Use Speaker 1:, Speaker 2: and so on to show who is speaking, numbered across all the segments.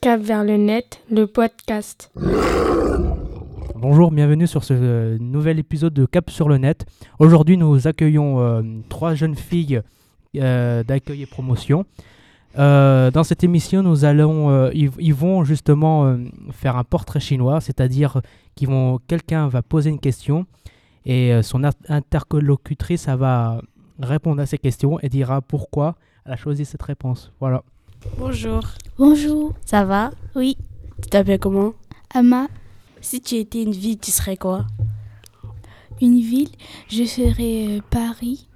Speaker 1: Cap vers le net, le podcast.
Speaker 2: Bonjour, bienvenue sur ce euh, nouvel épisode de Cap sur le net. Aujourd'hui, nous accueillons euh, trois jeunes filles euh, d'accueil et promotion. Euh, dans cette émission, nous allons, euh, ils, ils vont justement euh, faire un portrait chinois, c'est-à-dire qu'ils vont, quelqu'un va poser une question et euh, son a- interlocutrice elle va répondre à ces questions et dira pourquoi elle a choisi cette réponse. Voilà.
Speaker 1: Bonjour,
Speaker 3: Bonjour,
Speaker 4: Ça va
Speaker 3: oui,
Speaker 1: tu t'appelles comment
Speaker 3: Ama,
Speaker 1: Si tu étais une ville, tu serais quoi
Speaker 3: une ville, je serai euh, Paris.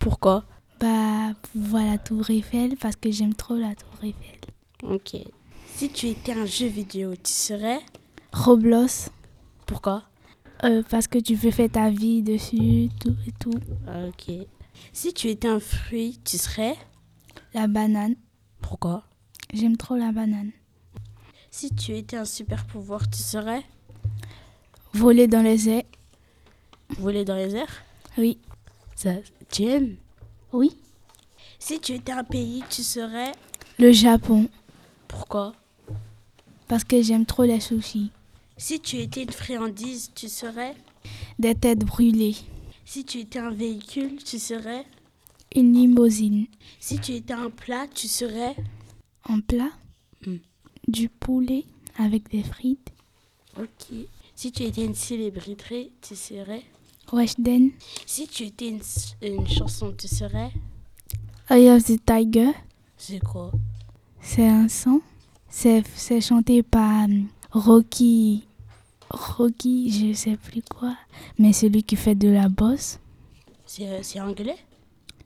Speaker 1: Pourquoi
Speaker 3: Bah, voilà Tour Eiffel parce que j'aime trop la Tour Eiffel.
Speaker 1: Ok. Si tu étais un jeu vidéo, tu serais
Speaker 3: Roblox,
Speaker 1: Pourquoi
Speaker 3: euh, parce que tu peux faire ta vie dessus, tout et tout.
Speaker 1: Ah, Ok. Si tu étais un fruit, tu serais
Speaker 3: La banane,
Speaker 1: Pourquoi
Speaker 3: j'aime trop la banane.
Speaker 1: Si tu étais un super pouvoir, tu serais
Speaker 3: Voler dans les airs,
Speaker 1: Voler dans les airs
Speaker 3: oui,
Speaker 1: Ça, tu aimes
Speaker 3: oui.
Speaker 1: Si tu étais un pays, tu serais
Speaker 3: Le Japon,
Speaker 1: Pourquoi
Speaker 3: parce que j'aime trop les sushis.
Speaker 1: Si tu étais une friandise, tu serais
Speaker 3: Des têtes brûlées,
Speaker 1: Si tu étais un véhicule, tu serais
Speaker 3: une limousine.
Speaker 1: Si tu étais un plat, tu serais
Speaker 3: En plat,
Speaker 1: Mm.
Speaker 3: du poulet avec des frites.
Speaker 1: Ok. Si tu étais une célébrité, tu serais
Speaker 3: Weshden,
Speaker 1: Si tu étais une, ch- une chanson, tu serais
Speaker 3: Eye of the Tiger.
Speaker 1: C'est quoi
Speaker 3: C'est un son. C'est c'est chanté par hum, Rocky. Rocky, je sais plus quoi. Mais celui qui fait de la bosse.
Speaker 1: C'est euh, c'est anglais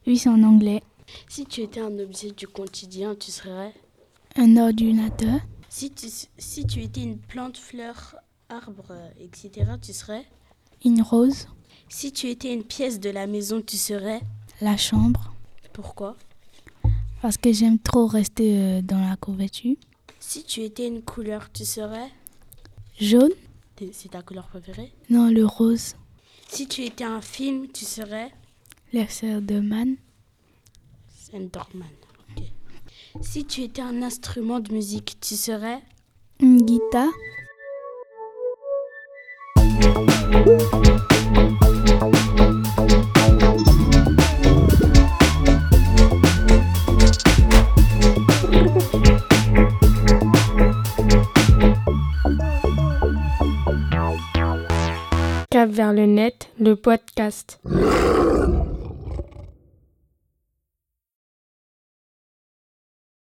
Speaker 3: Lui, c'est en anglais.
Speaker 1: Si tu étais un objet du quotidien, tu serais
Speaker 3: Un ordinateur.
Speaker 1: Si tu, si tu étais une plante, fleur, arbre, euh, etc., tu serais
Speaker 3: Une rose.
Speaker 1: Si tu étais une pièce de la maison, tu serais
Speaker 3: La chambre.
Speaker 1: Pourquoi
Speaker 3: Parce que j'aime trop rester euh, dans la couverture.
Speaker 1: Si tu étais une couleur, tu serais
Speaker 3: Jaune.
Speaker 1: T'es- C'est ta couleur préférée
Speaker 3: Non, le rose.
Speaker 1: Si tu étais un film, tu serais
Speaker 3: Les sœurs de Man.
Speaker 1: Sandorman. Ok. Si tu étais un instrument de musique, tu serais
Speaker 3: Une guitare.
Speaker 1: Cap vers le net, le podcast.